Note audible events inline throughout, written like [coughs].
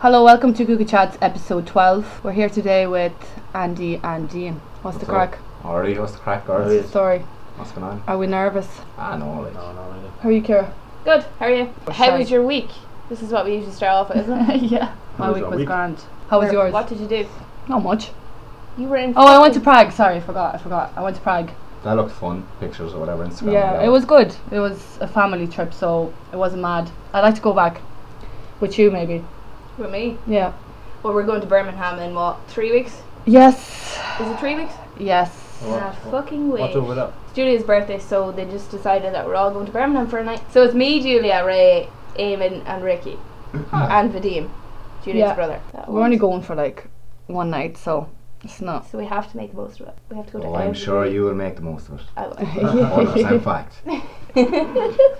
Hello, welcome to Google Chats episode 12. We're here today with Andy and Dean. What's, the What's up? crack? Already, what's the crack, What's guards? the story? What's going on? Are we nervous? Ah, no, like, No, not really. How are you, Kira? Good. How are you? How sorry. was your week? This is what we usually start off with, isn't [laughs] it? yeah. My was week your was week? grand. [laughs] How was Where- yours? What did you do? Not much. You were in. Oh, I went to fucking- Prague. Sorry, I forgot. I forgot. I went to Prague. that looked fun. Pictures or whatever, Instagram. Yeah, whatever. it was good. It was a family trip, so it wasn't mad. I'd like to go back. With you, maybe. with me. Yeah. Well, we're going to Birmingham in what? Three weeks? Yes. Is it three weeks? Yes. What- Ah, what- fucking way. What's up with that? It's Julia's birthday, so they just decided that we're all going to Birmingham for a night. So it's me, Julia, Ray, Eamon, and [clears throat] Ricky, and Vadim, Julia's Yeah. brother. That We're only was- going for like one night, so it's not. So we have to make the most of it. We have to go to. Oh, I'm every- sure you will make the [laughs] most of it. I will. 100% fact.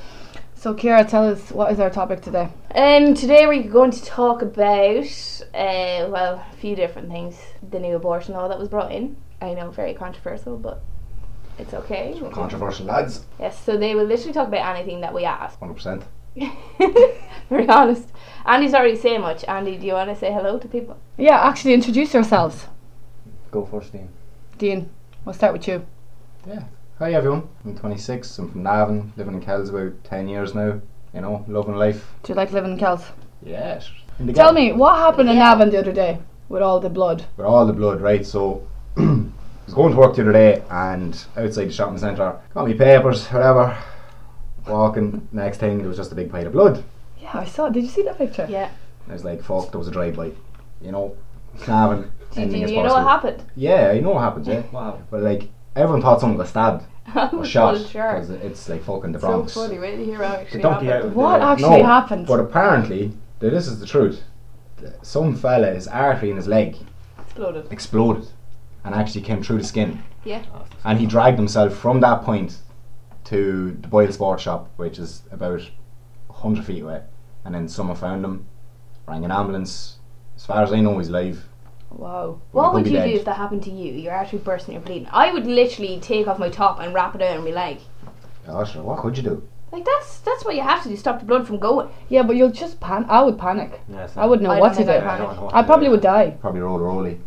[laughs] So, Kira, tell us what is our topic today? Um, today we're going to talk about uh, well, a few different things. The new abortion law that was brought in. I know, very controversial, but it's okay. Controversial lads. Yes, so they will literally talk about anything that we ask. [laughs] 100%. very honest. Andy's already saying much. Andy, do you want to say hello to people? Yeah, actually, introduce yourselves. Go first, Dean. Dean, we'll start with you. Hi, everyone. I'm 26. I'm from Navan. Living in Kells about 10 years now. You know, loving life. Do you like living in Kells? Yes. In the Tell Gap. me, what happened in Navan the other day with all the blood? We're all the blood, right? So, [clears throat] I was going to work the other day and outside the shopping centre, got me papers, whatever. Walking, next thing, there was just a big pile of blood. Yeah, I saw. Did you see that picture? Yeah. I was like, fuck, there was a drive-by. You know, Cavan. Did you, you know what happened? Yeah, I know what happened, [laughs] yeah. Wow. But like, everyone thought someone got stabbed I or was shot. unsure. 'cause it's like fucking the So Bronx. funny, right? to hear how it They actually don't be out happened. with What the- actually happened? But apparently, th- this is the truth. th- Some fella, his artery in his leg Exploded. exploded and actually came through the skin. Yeah. And he dragged himself from that point to the Boyle Sports Shop, which is about 100 feet away. And then someone found him, rang an ambulance. As far as I know, he's alive. Wow. Well, What he could would be you dead. do if that happened to you? You're actually bursting, you're bleeding. I would literally take off my top and wrap it around my leg. Oh, sure. What could you do? Like that's that's what you have to do. Stop the blood from going. Yeah, but you'll just pan. I would panic. Yeah, I wouldn't know I what to don't do. think I, I'd probably would [laughs] die. Probably roll a rollie.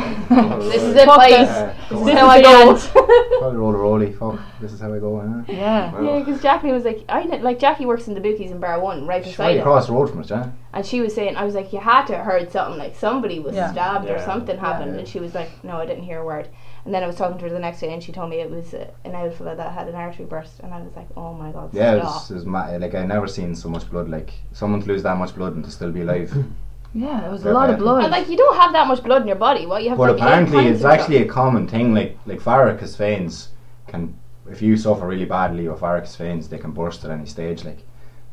This is it. it, Fuck boys. this. This This is how is I the go. [laughs] Probably roll a rollie. Fuck, this is how I go. Huh? Yeah. yeah, because Jackie was like, I kn- like Jackie works in the bookies in Bar One, right It's beside right it, across the road from us, yeah? and she was saying, I was like, you had to have heard something, like somebody was Yeah. stabbed or Yeah. something happened, Yeah. and she was like, no, I didn't hear a word. And then I was talking to her the next day, and she told me it was uh, an outfit that had an artery burst, and I was like, oh my god, Yeah, stop. it's, it's ma- like I've never seen so much blood. Like someone to lose that much blood and to still be [laughs] alive. Yeah, it was a Yeah, lot of yeah. blood. And like, you don't have that much blood in your body. What you have? but like, eight apparently, pints it's of stuff. actually a common thing. Like like varicose veins can, if you suffer really badly with varicose veins, they can burst at any stage. Like,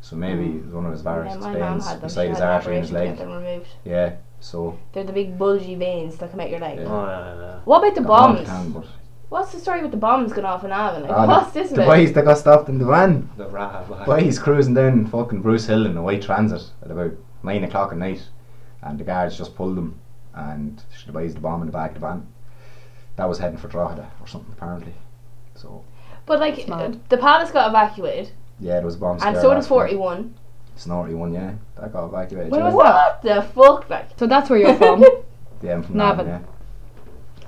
so maybe it was one of his Mm. Yeah, varicose my mum veins had them. She beside his had an artery in his operation leg. to get them removed. Yeah, so They're the big bulgy veins that come out your leg. Yeah. Oh, yeah, yeah, What about the Gone bombs? can, but- What's the story with the bombs going off in Ireland? Like, Ah, what's the, this the about? boys that got stopped in the van. yeah. The rat. like- Well, he's cruising down fucking Bruce Hill in a white transit at about nine o'clock at night, and the guards just pulled him, and she devised the bomb in the back of the van. That was heading for Drogheda or something apparently. So But like, It's mad. uh, the palace got evacuated, yeah, there was a bomb. and scare so did last night. forty-one. Snorty one, yeah, that got evacuated. Where yeah. was that? What the fuck, like So that's where you're from. Yeah, I'm from Navan. Navan.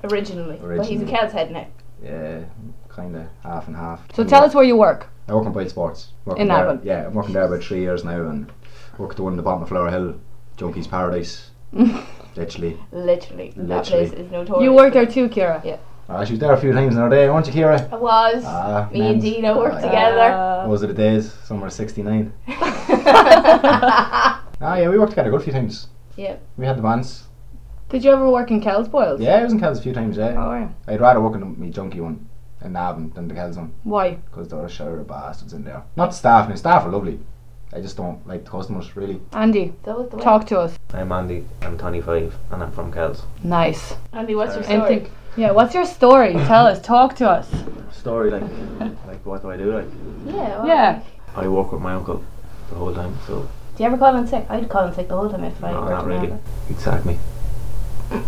Yeah, [laughs] originally. But he's a Originally. Celts head now. yeah, kind of half and half. [laughs] so tell us where you work. I work on Bite Sports. Working In there- Navan. Yeah, I'm working there about three years now, and work at the one in the bottom of Flower Hill, Junkies Paradise. Literally, Literally, that Literally. place is notorious. You work there too, Kira. ah, she was there a few times in her day, weren't you, Kira? I was. Ah, Me and men. Dino worked Ah, yeah. [laughs] together. [laughs] What was it the days? Somewhere 69. Ah, yeah, we worked together a good few times. Yeah. We had the bands. Did you ever work in Kells Boils? Yeah, I was in Kells a few times, yeah. Oh, yeah. I'd rather work in me junkie one in Navan than the Kells one Why? because there are a shower of bastards in there. Not the staff, now staff are lovely. I just don't like the customers, really. Andy, that was the way. talk to us. I'm Andy, I'm 25 and I'm from Kells. Nice. Andy, what's your story? Anything? Yeah. What's your story? Tell us. Talk to us. [laughs] Story like, like what do I do? Like, Yeah. Well, Yeah. I work with my uncle the whole time, so Do you ever call in sick? I'd call in sick the whole time if I. no, worked not in really. Ireland. He'd sack me.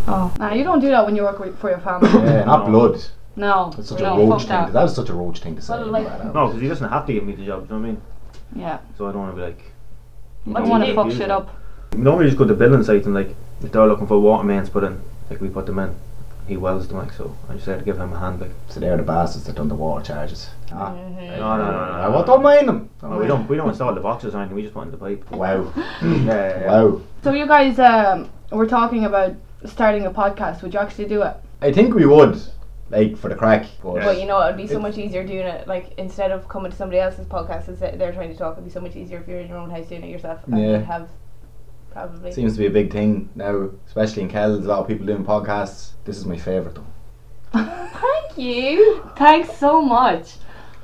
Oh. Nah, you don't do that when you work with, for your family. Yeah, not No. blood. No. That's such no, a roach fuck thing. that. That. was such a roach thing to say. Well, like- Wow. No, because he doesn't have to give me the job, do you know what I mean? Yeah. So I don't want to be like, I I don't want to did fuck do shit that. up. normally just go to building sites and like if they're looking for water mains put in, like we put them in. He welds them like so. I just had to give him a hand like So they're the bastards that done the water charges. Ah. Mhm. No no no no. I well, don't mind them. No, we don't we don't install the boxes or anything, we just put in the [clears throat] pipe. Wow. Yeah, yeah, yeah. Wow. So you guys um, were talking about starting a podcast. Would you actually do it? [laughs] I think we would, like, for the crack. But Yeah. But you know, it'd be so It- much easier doing it. Like instead of coming to somebody else's podcast and sit there trying to talk, it'd be so much easier if you're in your own house doing it yourself. And Yeah. you'd have probably. It seems to be a big thing now, especially in Kells. A lot of people doing podcasts. This is my favourite though. Thank you. Thanks so much.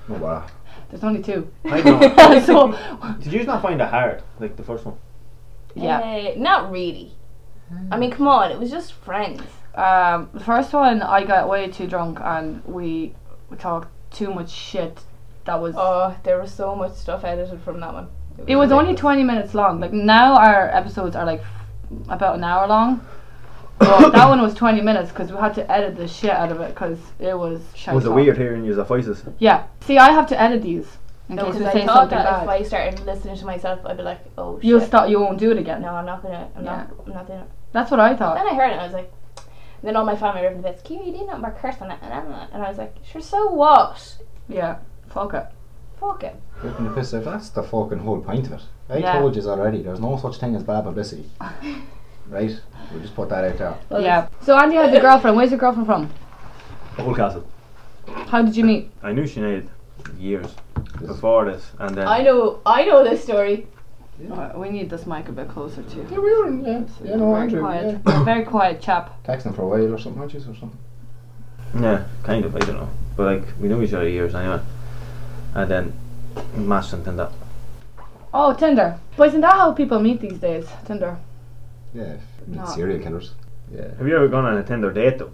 Oh, wow. There's only two. I [laughs] know. so Did you not find it hard? Like the first one? yeah. Uh, not really. I mean, come on. It was just friends. Um, the first one I got way too drunk and we we talked too much shit. That was Oh, there was so much stuff edited from that one. It was only ridiculous. 20 minutes long. Like now our episodes are like f- about an hour long. [coughs] But that one was 20 minutes because we had to edit the shit out of it because it was shite Was it talk. weird hearing you as a voices? Yeah. See, I have to edit these in No, case because we I say thought something that if bad. I started listening to myself, I'd be like, oh shit. You'll start. You won't do it again. No, I'm not gonna. I'm not. I'm not doing it. That's what I thought. Then I heard it, and I was like. And then all my family were in the bits. Kira, you did not mark curse on it, and I'm not. And I was like, sure. So what? Yeah. Fuck it. Fuck it. Ripping the piss out. That's the fucking whole point of it. I Yeah. told you already. There's no such thing as [laughs] bad publicity. right? We'll just put that out there. Well, yeah. So Andy [laughs] has a girlfriend. Where's your girlfriend from? Oldcastle. How did you meet? I knew Sinead years before this and then I know. I know this story. Uh, we need this mic a bit closer too. Yeah, we were, yeah. Yeah, no, very Andrew. quiet. [coughs] Yeah. Very quiet chap. Texting for a while or something, weren't yous, or something. Yeah, kind of, I don't know. But like we knew each other years anyway. And then matched and then that. Oh, Tinder. But isn't that how people meet these days? Tinder. Yeah. if- No. Serial killers. Yeah. Have you ever gone on a Tinder date though?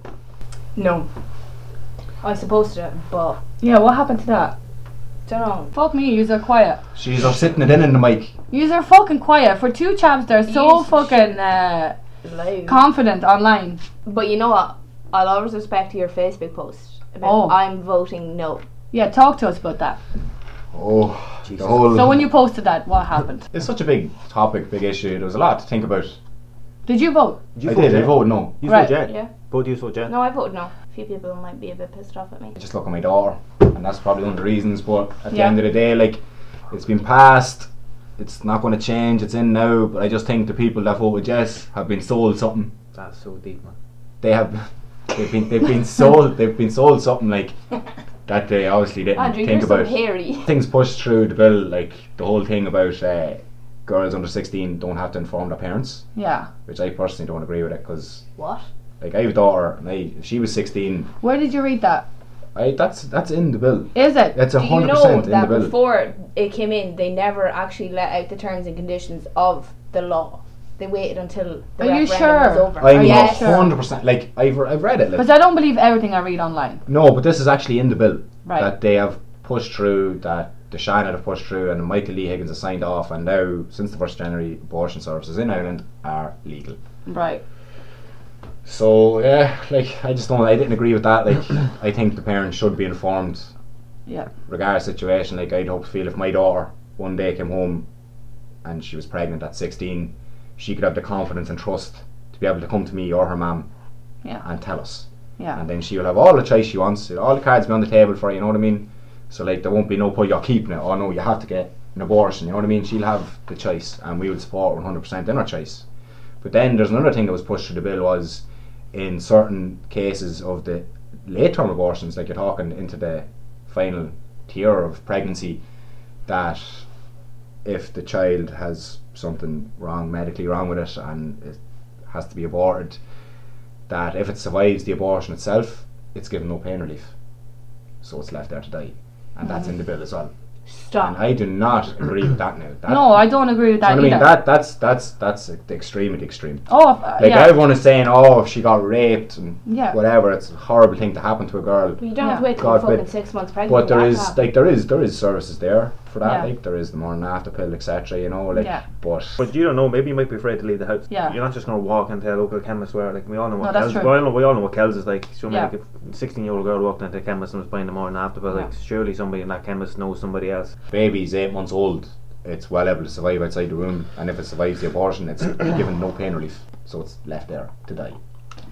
No. I was supposed to, but Yeah. What happened to that? don't know. Fuck me. You're quiet. She's are sitting it in in the mic. Yous are fucking quiet for two chaps. They're so Yous- fucking uh, Loud. confident online. but you know what? I'll always respect your Facebook post. About Oh. I'm voting no. Yeah, talk to us about that. Oh, Jesus. the whole. So when you posted that, what happened? it's such a big topic, big issue. There was a lot to think about. Did you vote? I did. I voted no. You Right, saw Jet. yeah. Both you saw Jet. No, I voted no. A few people might be a bit pissed off at me. I just look at my daughter, and that's probably one of the reasons. But at the Yeah. end of the day, like it's been passed, it's not going to change. It's in now. But I just think the people that voted yes have been sold something. That's so deep, man. They have, they've been, they've [laughs] been sold, they've been sold something like that. They obviously didn't Andrew, think you're about. so hairy. Things pushed through the bill, like the whole thing about uh, girls under sixteen don't have to inform their parents, Yeah. which I personally don't agree with it because. What? Like I have a daughter, and I if she was sixteen. Where did you read that? I that's that's in the bill. Is it? That's Do you hundred know percent in the that bill. before it came in, they never actually let out the terms and conditions of the law. They waited until the Are you referendum sure? was over. Are I'm you not Oh, sure? hundred percent. Like I've, I've read it. Like, Because I don't believe everything I read online. no, but this is actually in the bill Right. that they have pushed through, that the Shannon have pushed through, and Michael Lee Higgins has signed off, and now since the first January, abortion services in Ireland are legal. right. So yeah, like I just don't. I didn't agree with that. Like [coughs] I think the parents should be informed. Yeah. Regardless of situation, like I'd hope to feel if my daughter one day came home, and she was pregnant at sixteen, she could have the confidence and trust to be able to come to me or her mum, Yeah. and tell us. Yeah. and then she'll have all the choice she wants. you know, All the cards be on the table for her, you know what I mean? So like there won't be no pull you're keeping it. Oh no, you have to get an abortion. You know what I mean? She'll have the choice, and we will support 100 percent in her choice. But then there's another thing that was pushed through the bill was in certain cases of the late term abortions, like you're talking into the final tier of pregnancy, that if the child has something wrong medically wrong with it and it has to be aborted, that if it survives the abortion itself, it's given no pain relief. So it's left there to die. And that's in the bill as well. And Stop. I do not agree with that now. That, No, I don't agree with Do that you know what I mean? either. That that's that's that's uh, the extreme of the extreme. oh, uh, Like yeah. everyone is saying, oh, if she got raped and Yeah. whatever, it's a horrible thing to happen to a girl. But you don't have to Yeah. wait till God you're fucking forbid. six months pregnant. But for there that is to happen. like there is there is services there for that. Yeah. Like there is the morning after pill, etc. You know, like Yeah. but But you don't know, maybe you might be afraid to leave the house. Yeah. You're not just gonna walk into a local chemist where like we all know what No, that's Kells true. we all know we all know what Kells is like. Show me Yeah. like if a sixteen year old girl walked into a chemist and was buying the morning after but like surely somebody in that chemist knows somebody else. baby's eight months old. it's well able to survive outside the womb, and if it survives the abortion, [coughs] it's given no pain relief, so it's left there to die.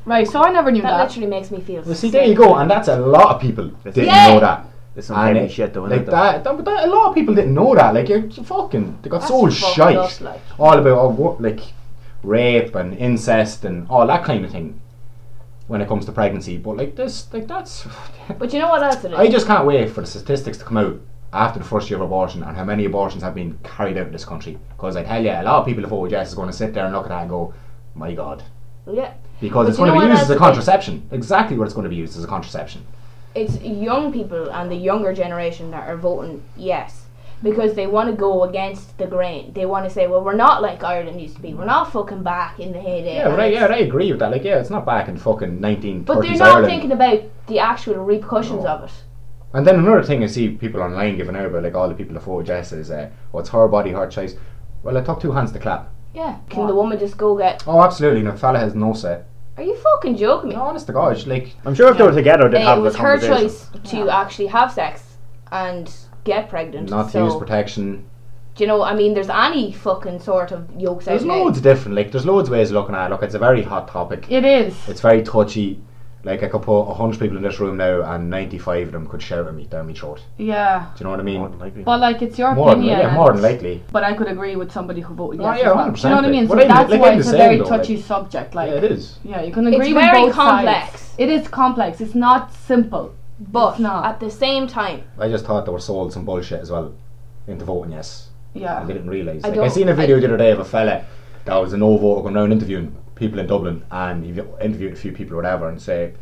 Right, so I never knew That that. literally makes me feel. Well, see, sick. there you go, and that's a lot of people didn't Yeah. know that. It's some And heavy it- shit though, isn't like it, though? that, that- but that- a lot of people didn't know that. Like you're, you're fucking, they got That's so fucked shite, up, like. all about all, what, like rape and incest and all that kind of thing when it comes to pregnancy. But like this, like that's, [sighs] But you know what else it is? I just can't wait for the statistics to come out after the first year of abortion and how many abortions have been carried out in this country. Because I tell you, a lot of people of OHS is going to sit there and look at that and go, my god. yeah, Because But it's you going know to be what used else as a it is? contraception. Exactly what it's going to be used as a contraception. it's young people and the younger generation that are voting yes because they want to go against the grain. They want to say, well, we're not like Ireland used to be. We're not fucking back in the heyday. Yeah, And right. Yeah, it's- I agree with that. Like, yeah, it's not back in fucking 1930s But they're not Ireland. thinking about the actual repercussions No. of it. And then another thing I see people online giving out about, like all the people of OHS is, uh, well, it's her body, her choice. Well, it took two hands to clap. Yeah. Can the woman just go get? Oh, absolutely. No, fella has no say. Are you fucking joking me? No, honest to God, like, I'm sure if they were together, they'd Uh, have it was the her conversation. choice to actually have sex and get pregnant. not to so, use protection. do you know? I mean, there's any fucking sort of yolks There's out there. loads different. Like, there's loads of ways of looking at it. Look, it's a very hot topic. It is. It's very touchy. Like, I could put 100 people in this room now and 95 of them could shout at me down my throat. Yeah. Do you know what I More mean? than likely. But like it's your More than, opinion. yeah, more than and- likely. But I could agree with somebody who voted Oh, yes. yeah, as well. Do 100%, you know what I mean? like, So well, I'm- that's like, why I'm the it's a same very though, like- touchy subject. Like yeah, it is. Yeah, you can It's agree with very both sides. complex. It is complex. It's not simple. But It's not. at the same time, I just thought they were sold some bullshit as well into voting yes. I Yeah. didn't realise. I Like, I, don't- seen a video the other day of a fella that was a no voter going around interviewing people in Dublin and he interviewed a few people or whatever and say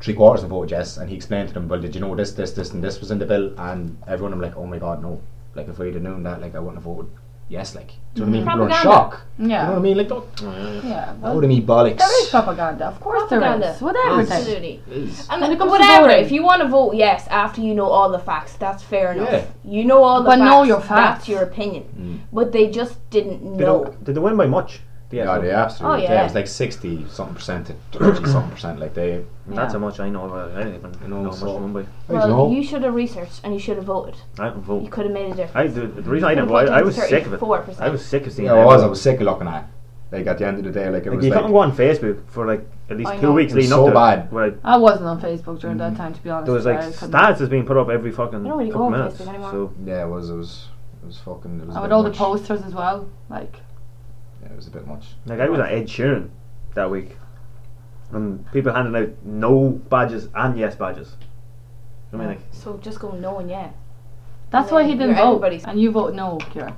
three quarters of them voted yes and he explained to them, Well, did you know this, this, this and this was in the bill and everyone I'm like, Oh my god, no. Like if we'd have known that, like I wouldn't have voted yes, like do you know what I mean? People are in Propaganda. shock. You know what I Yeah. mean? Like don't Yeah. that Well, would have me bollocks. there is propaganda. Of course propaganda. there is. With everything. Absolutely. It is. And When it comes to whatever, voting. if you want to vote yes after you know all the facts, that's fair enough. Yeah. You know all the But facts. know your facts. That's your opinion. But they just didn't Mm. They know. don't, did they win by much? The Yeah, SO? they absolutely Oh, did. yeah. It was like sixty something percent to thirty something percent, like they That's Yeah. how much I know about it. I don't even know, know how much so- they won by. Well, I don't know. you should have researched and you should have voted. I don't You vote. could have made a difference. I, the, the reason I didn't vote, I was sick of it. I was sick of seeing Yeah, I them was. I vote. was sick of looking at. it. Like at the end of the day, like it Like, was you like couldn't go on Facebook for like at least I know. two weeks It was leading so up to bad. it. Where I, I wasn't on Facebook during Mm-hmm. that time, to be honest. there was like I couldn't- stats that's being put up every fucking I don't really go couple on minutes. Facebook anymore. So yeah, it was. It was. It was fucking. It was a And with bit all the much. posters as well. Like, Yeah, it was a bit much. like I was at Ed Sheeran that week, and people handing out no badges and yes badges. I mean, like So just go no and yeah. that's why he You're didn't vote. everybody's- And you vote no, Kira.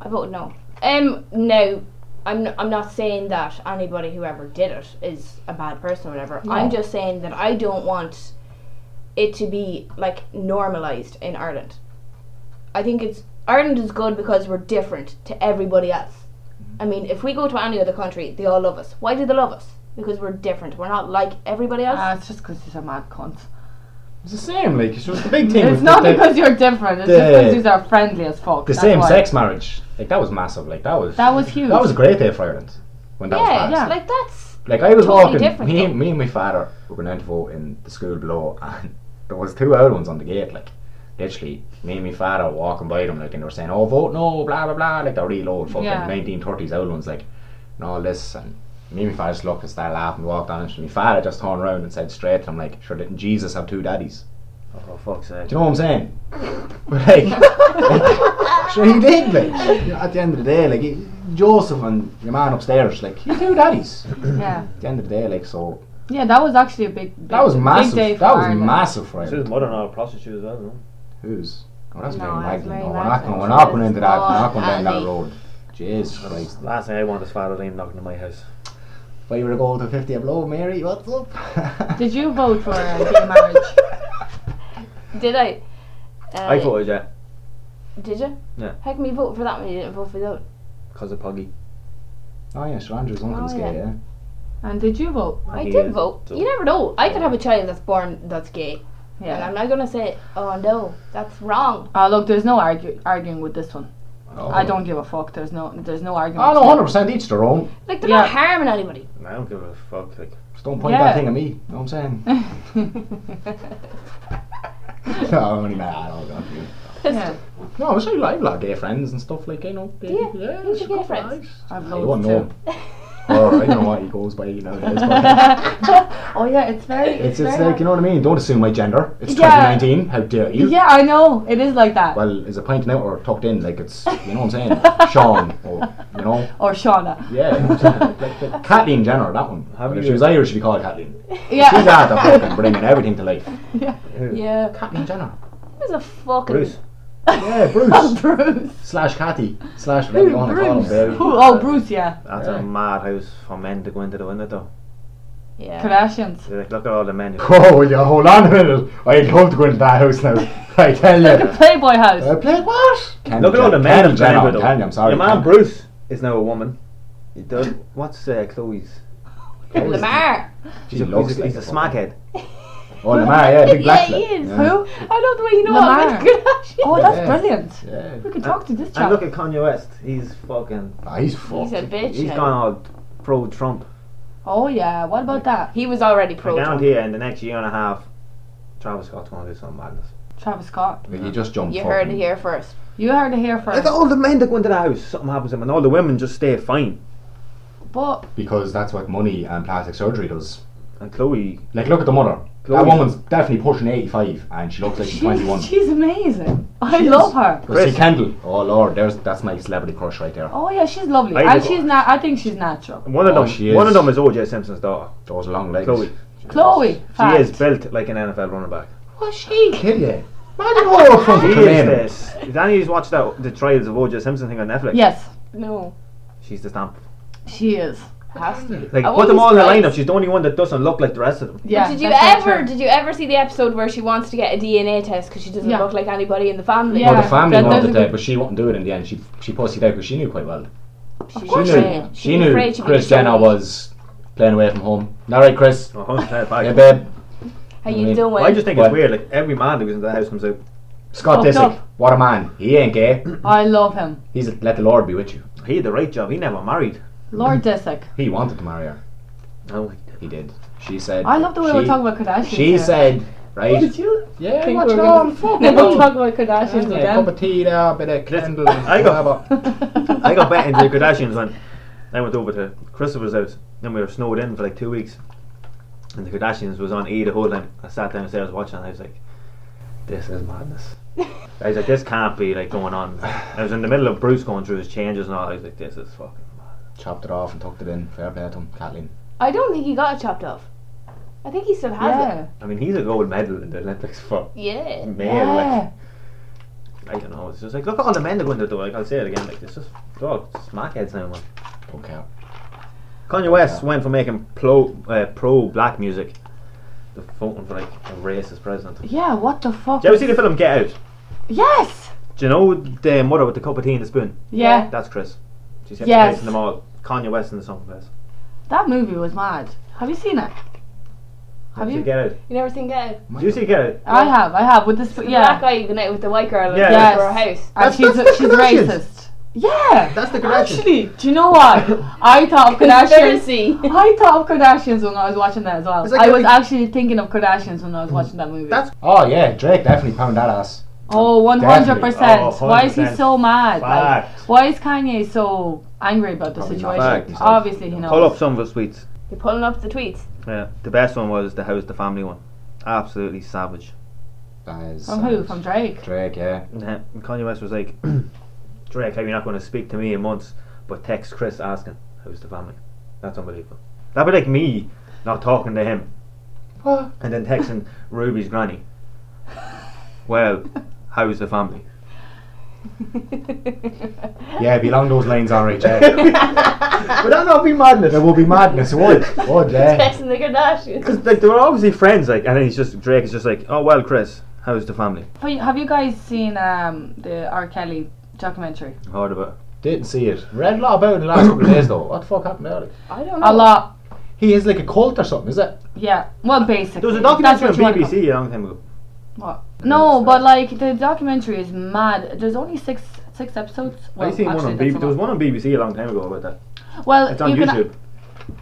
I voted no. Um, no, I'm n- I'm not saying that anybody who ever did it is a bad person or whatever. I'm just saying that I don't want it to be like normalized in Ireland. I think it's Ireland is good because we're different to everybody else. Mm-hmm. I mean, if we go to any other country, they all love us. Why do they love us? Because we're different. We're not like everybody else. Ah, it's just because he's a mad cunt. It's the same. Like it was the [laughs] big thing. It's was not the, because you're different. It's just because the- these are friendly as fuck. the that's same why. sex marriage. Like that was massive. Like that was. That was huge. That was a great day for Ireland when that was yeah, passed. yeah. like that's Like I was Totally walking. different, Me, though. and- me and my father were going out to vote in the school below, and there was two old ones on the gate. Like literally, me and my father were walking by them, like and they were saying, "Oh, vote no, blah blah blah." Like they're real old, fucking Yeah. nineteen thirties old ones, like and all this. And me and my father just looked and started laughing, walked on, and my father just turned around and said straight, to him, like, "Sure, didn't Jesus have two daddies?" oh fuck's sake. Do you know what I'm saying? [laughs] like, [laughs] sure he did. Like at the end of the day, like he- Joseph and your man upstairs, like he's two daddies. Yeah. At the end of the day, like so. Yeah, that was actually a big, big That was big massive. day for That was Ireland. massive for So him. his mother and all prostitute as well, no? Who's? Oh, that's No, Mary that's Magdalene. No, Mary we're not going. Magdalene. We're not going into that. We're Oh, not going down that Andy. road. Jesus Christ! Last thing I want is Father Liam knocking on my house. If I were to go to fifty a blow, Mary, what's up? [laughs] Did you vote for uh, gay marriage? did I. Uh, I voted yeah, Did you? Yeah. How come you vote for that when you didn't vote for the other? cause of Poggy. Oh yeah, Sir Andrew's uncle's Oh, gay. yeah. Yeah. And did you vote? I He did is, vote. so- You never know. I could have a child that's born that's gay. And Yeah. I'm not gonna say, oh no, that's wrong. Oh look, there's no argu- arguing with this one. Oh. I don't give a fuck. There's no, there's no arguing. Oh no, hundred percent each their own. Like they're not Yeah. harming anybody. [laughs] I don't give a fuck. Like Just don't point Yeah. that thing at me. You know what I'm saying? [laughs] no, I'm only mad. I don't know. [laughs] Yeah. No, I was like, I've a lot of gay friends and stuff like you know. They, Yeah, yeah, who's it's your gay good friends? lives. I've You loads won't know him. too. [laughs] or I don't know what he goes [laughs] by nowadays. But oh yeah, it's very. it's it's very like you know what I mean. Don't assume my gender. It's Yeah. 2019. How dare you? Yeah, I know. It is like that. Well, is it pointing out or tucked in? Like it's you know [laughs] what I'm saying. Sean or you know. Or Shauna. Yeah, you know what I'm saying? [laughs] like, [laughs] like Kathleen Jenner, that one. Have But if you- she was Irish, she'd be called Kathleen. She's [laughs] Yeah. out there fucking bringing everything to life. Who? Yeah. Kathleen Jenner. Who's a fucking Bruce. Oh, Yeah, Bruce. Bruce. slash Cathy. Slash whatever you want to call him, Bruce. baby. Who- oh, Bruce. Yeah. That's Yeah. a madhouse for men to go into the window though. Yeah. Kardashians. They're like, look at all the men. Who Oh, yeah, hold on a minute. I'd love to go into that house now. [laughs] I tell Like a you. Playboy house. Uh, play what? look at all the Kendall men. who've been Jenner. with them. Kendall, I'm sorry. Your man Kendall. Bruce is now a woman. He does. What's uh, Chloe's? Lamar. She He's a, looks he's a, like he's a a smackhead. Oh, Lamar, yeah, big black. Yeah, he fella. is. Who? I love the way you know Lamar. all about Kardashian. Oh, that's Yeah. Uh, brilliant. Yeah. We could talk to this And chap. look at Kanye West. He's fucking. Ah, he's fucked. He's a bitch. He's now. gone all pro Trump. oh yeah. What about that? He was already I pro. Trump. guarantee you, in the next year and a half, Travis Scott's gonna do some madness. Travis Scott. Well, you just jumped You heard it fucking- here first. You heard it here first. It's oh. all "Oh, the men that go into the house. Something happens to them, and all the women just stay fine. But Because that's what money and plastic surgery does. And Chloe, Like, look at the mother. Chloe- That woman's definitely pushing 85 and she looks like she's 21. she's, she's amazing. I She love is. her. Go see Chris. Kendall. Oh, Lord, there's, that's my celebrity crush right there. Oh yeah, she's lovely, I and did- she's not. I think she's natural. one of Oh, them, she one is. of them is OJ Simpson's daughter. Those long legs. Chloe. Chloe, fact. She is built like an NFL running back. What's she? Kill you. Imagine all her She fucking is men. this. Did any of you watch that the trials of OJ Simpson thing on Netflix? Yes, No. She's the stamp. she is. Has to. Like I put them all in the wouldn't be lineup. She's the only one that doesn't look like the rest of them. Yeah. did you that's so ever true. did you ever see the episode where she wants to get a DNA test because she doesn't Yeah. look like anybody in the family? Yeah. Well, the family that wanted doesn't that, go- but she wouldn't do it in the end. She she pussied out because she knew quite well. She, She course knew. she knew. She knew afraid she'd be Chris Jenner disowned. was playing away from home. All right, Chris. Oh, back. Yeah, babe. How I you mean, doing? Well, I just think it's But- weird. Like every man that goes into the house comes out. Scott Fucked Disick. up. What a man. He ain't gay. I love him, He's let the Lord be with you. He had the right job. He never married. Lord Mm. Disick. He wanted to marry her. No, He did. She said. I love the way she, we're talking about Kardashians. She here. said, What right? did you yeah, think watch we it were all. gonna- [laughs] Fuck it never all. talk about Kardashians Yeah, cup of again? tea there, bit of Kendall. I got- whatever. [laughs] I got back into the Kardashians when I went over to Christopher's house and we were snowed in for like two weeks. And the Kardashians was on E the whole time. I sat downstairs watching and I was like, This is madness. I was like, This can't be like going on. I was in the middle of Bruce going through his changes and all, I was like, This is fucking mad. Chopped it off and tucked it in. Fair play to him, Kathleen. I don't think he got it chopped off. I think he still has it. [laughs] yeah. I mean he's a gold medal in the Olympics for Yeah. male Yeah. like I don't know, it's just like look at all the men that go into the door, like I'll say it again, like it's just dog smackheads now man. Don't care. Kanye West went for making pro uh, pro black music to voting for like a racist president. Did Yeah. What the fuck? you ever see the film Get Out? Yes. Do you know the mother with the cup of tea and the spoon? Yeah. That's Chris. She's Yes. yes. in the mall. Kanye West in the song verse. That movie was mad. Have you seen it? Have you? Get Out? You never seen that? Did you see Get Out? I have. I have. With this. Sp- yeah. yeah. black guy united with the white girl Yeah. yeah. Yes. her house. And That's- she's that's she's the Kardashians. racist. Yeah. That's the Kardashians. Actually, do you know [laughs] what? I thought of [laughs] Kardashians. Conspiracy. I thought of Kardashians when I was watching that as well. It's like- I was like- Hmm. actually thinking of Kardashians when I was watching that movie. That's- Oh yeah, Drake definitely pound that ass. oh, one hundred percent. Definitely. Oh, Why is he 100%. so mad? Like, Fact. why is Kanye so angry about the Probably not. situation? Fact. Obviously, he knows. Pull up some of his tweets. You're pulling up the tweets. Yeah. The best one was the house, the family one. Absolutely savage. That is From who? savage. From Drake. [laughs] Drake, yeah. Yeah. And Kanye West was like, [clears throat] Drake, how you not going to speak to me in months, but text Chris asking, how's the family? That's unbelievable. That'd be like me not talking to him. What? and then texting Ruby's granny. Well, how's the family? Yeah, it'd be along those lines, alright, [laughs] yeah. Would that not be madness? there will be madness, [laughs] it would. It would, yeah. Texting the Kardashians. Because like they were obviously friends, like, and then he's just Drake is just like, oh well, Chris, how's the family? Have you- Have you guys seen um, the R. Kelly documentary? Heard about? Didn't see it. Read a lot about it the last couple of days though. What the fuck happened about it? I don't A lot. He is like a cult or something, is it? Yeah. Well, basically. There was a that's documentary what on you wanna call- BBC a long time ago. What? No, but like the documentary is mad. There's only six six episodes. I seen one actually, on that's BBC. There was a lot. one on BBC a long time ago about that. Well, It's on you can- YouTube.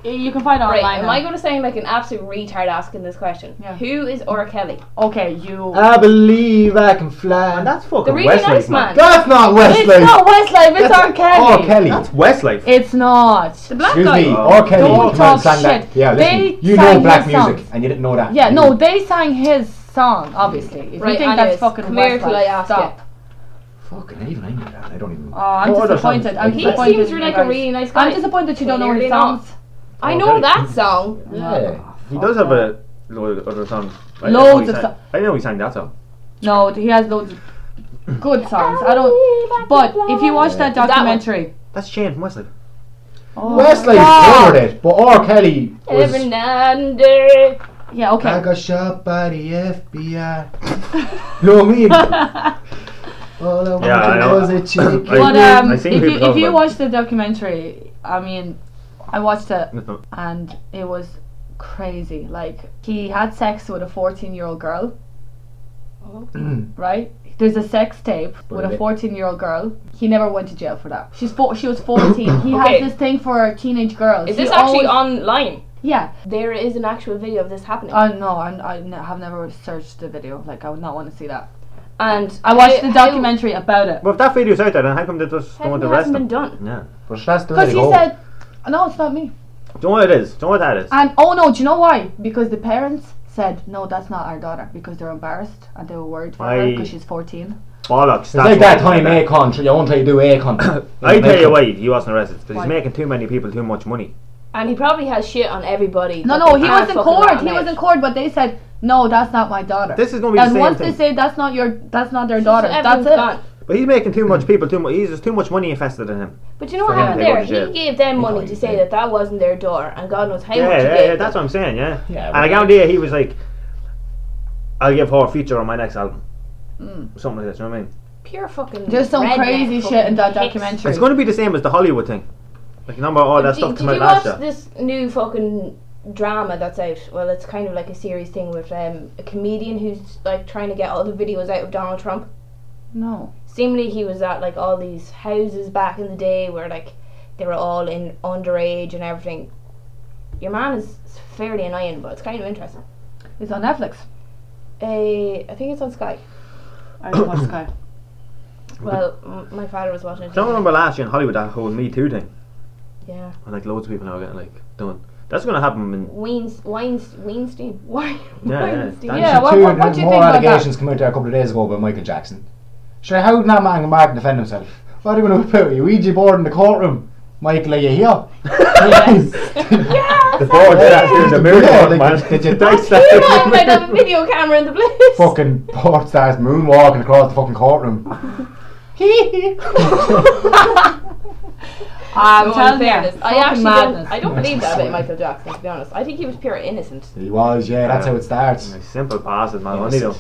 You can find it Right, online. am now. I going to sound like an absolute retard asking this question? Yeah. Who is R. Kelly? okay, you. [laughs] I believe I can fly. And that's fucking The really Westlife, nice man. man. That's not it's Westlake. not Westlife. It's That's R. Kelly. R. Kelly. That's Westlife. It's not. The black Excuse guy. me, Oh. R. Kelly. Don't came out and talk sang that. shit. Yeah, listen, They you know sang black his music, songs. and you didn't know that. Yeah, You- no, they sang his song, obviously. If Right, you think anyways, that's fucking come here Westlife, till I ask stop. Fucking even I knew that. I don't even. Oh, I'm What other disappointed. songs? I'm He He disappointed. seems in you like a guys. really nice guy. I'm disappointed you don't know Clearly his not. songs. I Oh, know very- that song. Yeah. He does have a load of other songs. I didn't know Loads he of sang- so- I didn't know he sang that song. No, he has loads of good songs. I don't. But if you watch that That one. documentary, That's Shane from Westlife. oh, Westlake God. covered it, but R. Kelly was. Every night and day. Yeah, I okay. [laughs] got shot by the FBI. you know what [laughs] I mean? All I wanted Yeah, I know. was a chick. I- But um, I've if seen you people if talk you about it. watch the documentary, I mean, I watched it No. and it was crazy. Like he had sex with a 14 year old girl, Mm, right? There's a sex tape with a Really? 14 year old girl. He never went to jail for that. She's four, she was 14. He Okay. had this thing for teenage girls. Is He this actually always- online? Yeah. There is an actual video of this happening. Oh no, I, I ne- have never searched the video. Like I would not want to see that. and I watched how- the documentary about it. Well, if that video's out there, then how come they just don't How, how want to come it arrest hasn't him? been done? Yeah. But that's the way Because to he go. said, "No, it's not me." Do you know what it is? Do you know what that is? And oh no, do you know why? Because the parents said, "No, that's not our daughter," because they're embarrassed and they were worried for her Aye. because she's 14. Bollocks. It's like that time Akon, tr- you won't try to do Akon. I tell you why he wasn't arrested because Why? he's making too many people too much money. And he probably has shit on everybody. No, that no, they he can't was in fucking court. let He out. was in court, but they said, "No, that's not my daughter." This is gonna be the and same once thing. they say that's not your, that's not their daughter. That's Everyone's it. gone. But he's making too much people too much. He's there's too much money invested in him. But you know what For him to happened go there? to jail. He gave them money to say that that wasn't their door, and God knows how yeah, much he yeah, gave yeah. them. That's what I'm saying. Yeah. Yeah, and but- I guarantee he was like, "I'll give her a feature on my next album." Mm. Something like that. You know what I mean? Pure fucking. There's some redneck crazy fucking shit in that hicks. documentary. It's going to be the same as the Hollywood thing. Like number all that Did- stuff Did came out you last watch year. this new fucking drama that's out? Well, it's kind of like a series thing with um, a comedian who's like trying to get all the videos out of Donald Trump. No. Seemingly, he was at like all these houses back in the day where like they were all in underage and everything. Your man is fairly annoying, but it's kind of interesting. It's on Netflix. Uh, I think it's on Sky. I don't watch Sky. Well, m- my father was watching it. Don't remember last year in Hollywood that whole Me Too thing, Yeah, and like loads of people now are getting like done. That's going to happen in Weins, Weins, Weinstein. [laughs] Why? Yeah, yeah. Weinstein. That's- Yeah, what, Two what, what do you more think about that? allegations came out there a couple of days ago about Michael Jackson. Sure, how did that man Mark defend himself? What are they going to put you? Ouija board in the courtroom. Michael, are you here? [laughs] Yeah, the that's board it. that's in the Yeah, mirror, like, [laughs] man. did you That's think- it. You know, I might have [laughs] a video camera in [laughs] the place. fucking porn starts moonwalking across the fucking courtroom. [laughs] I'm No, telling you, in fairness, it's I fucking actually madness. don't, I don't believe that about Michael Jackson. To be honest, I think he was pure innocent. He was, yeah, that's Yeah. how it starts. Like, Simple passes, man. Yes. Only though.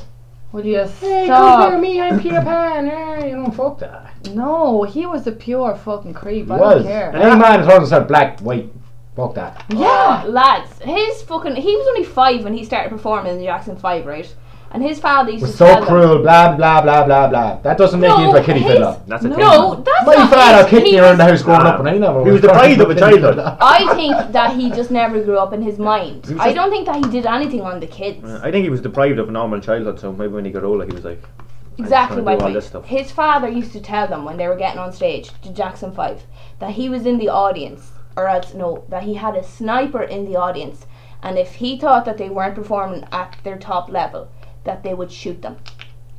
Would you Hey, come here, stop? me, [coughs] I'm Peter Pan. eh, you don't fuck that. No, he was a pure fucking creep. He I was. don't care. Any man that turns himself black, white, fuck that. Yeah. [gasps] Lads, his fucking he was only five when he started performing in the Jackson Five, right? And his father used It to was so tell him, cruel, blah, blah, blah, blah, blah. That doesn't make you into a kiddie his- fiddler. That's a No. thing. No, that's My not father it. kicked He me around the was- house growing Nah. up, and I never. He was the pride of a childhood. I think that he just never grew up in [laughs] his mind. was I just- don't think that he did anything on the kids. I think he was deprived of a normal childhood, so maybe when he got older, he was like, Exactly I'm my gonna do all point. this stuff. His father used to tell them when they were getting on stage to Jackson Five that he was in the audience, or else no, that he had a sniper in the audience, and if he thought that they weren't performing at their top level, that they would shoot them.